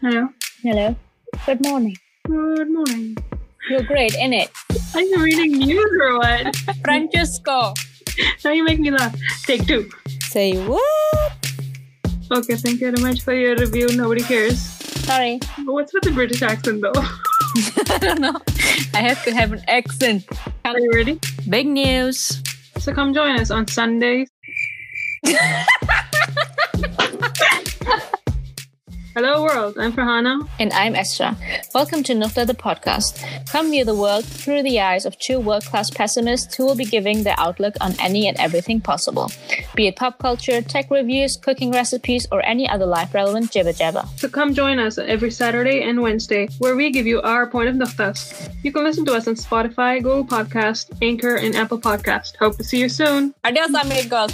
Hello. Hello. Good morning. Good morning. You're great, innit? Are you reading news or what? Francesco. now you make me laugh. Take two. Say what? Okay, thank you very much for your review. Nobody cares. Sorry. What's with the British accent though? I don't know. I have to have an accent. Are you ready? Big news. So come join us on Sunday. Hello world, I'm Farhana. And I'm Esra. Welcome to Nufla the podcast. Come view the world through the eyes of two world class pessimists who will be giving their outlook on any and everything possible, be it pop culture, tech reviews, cooking recipes, or any other life relevant jibber jabber. So come join us every Saturday and Wednesday where we give you our point of nuchtas. You can listen to us on Spotify, Google Podcast, Anchor, and Apple Podcast. Hope to see you soon. Adios, amigos.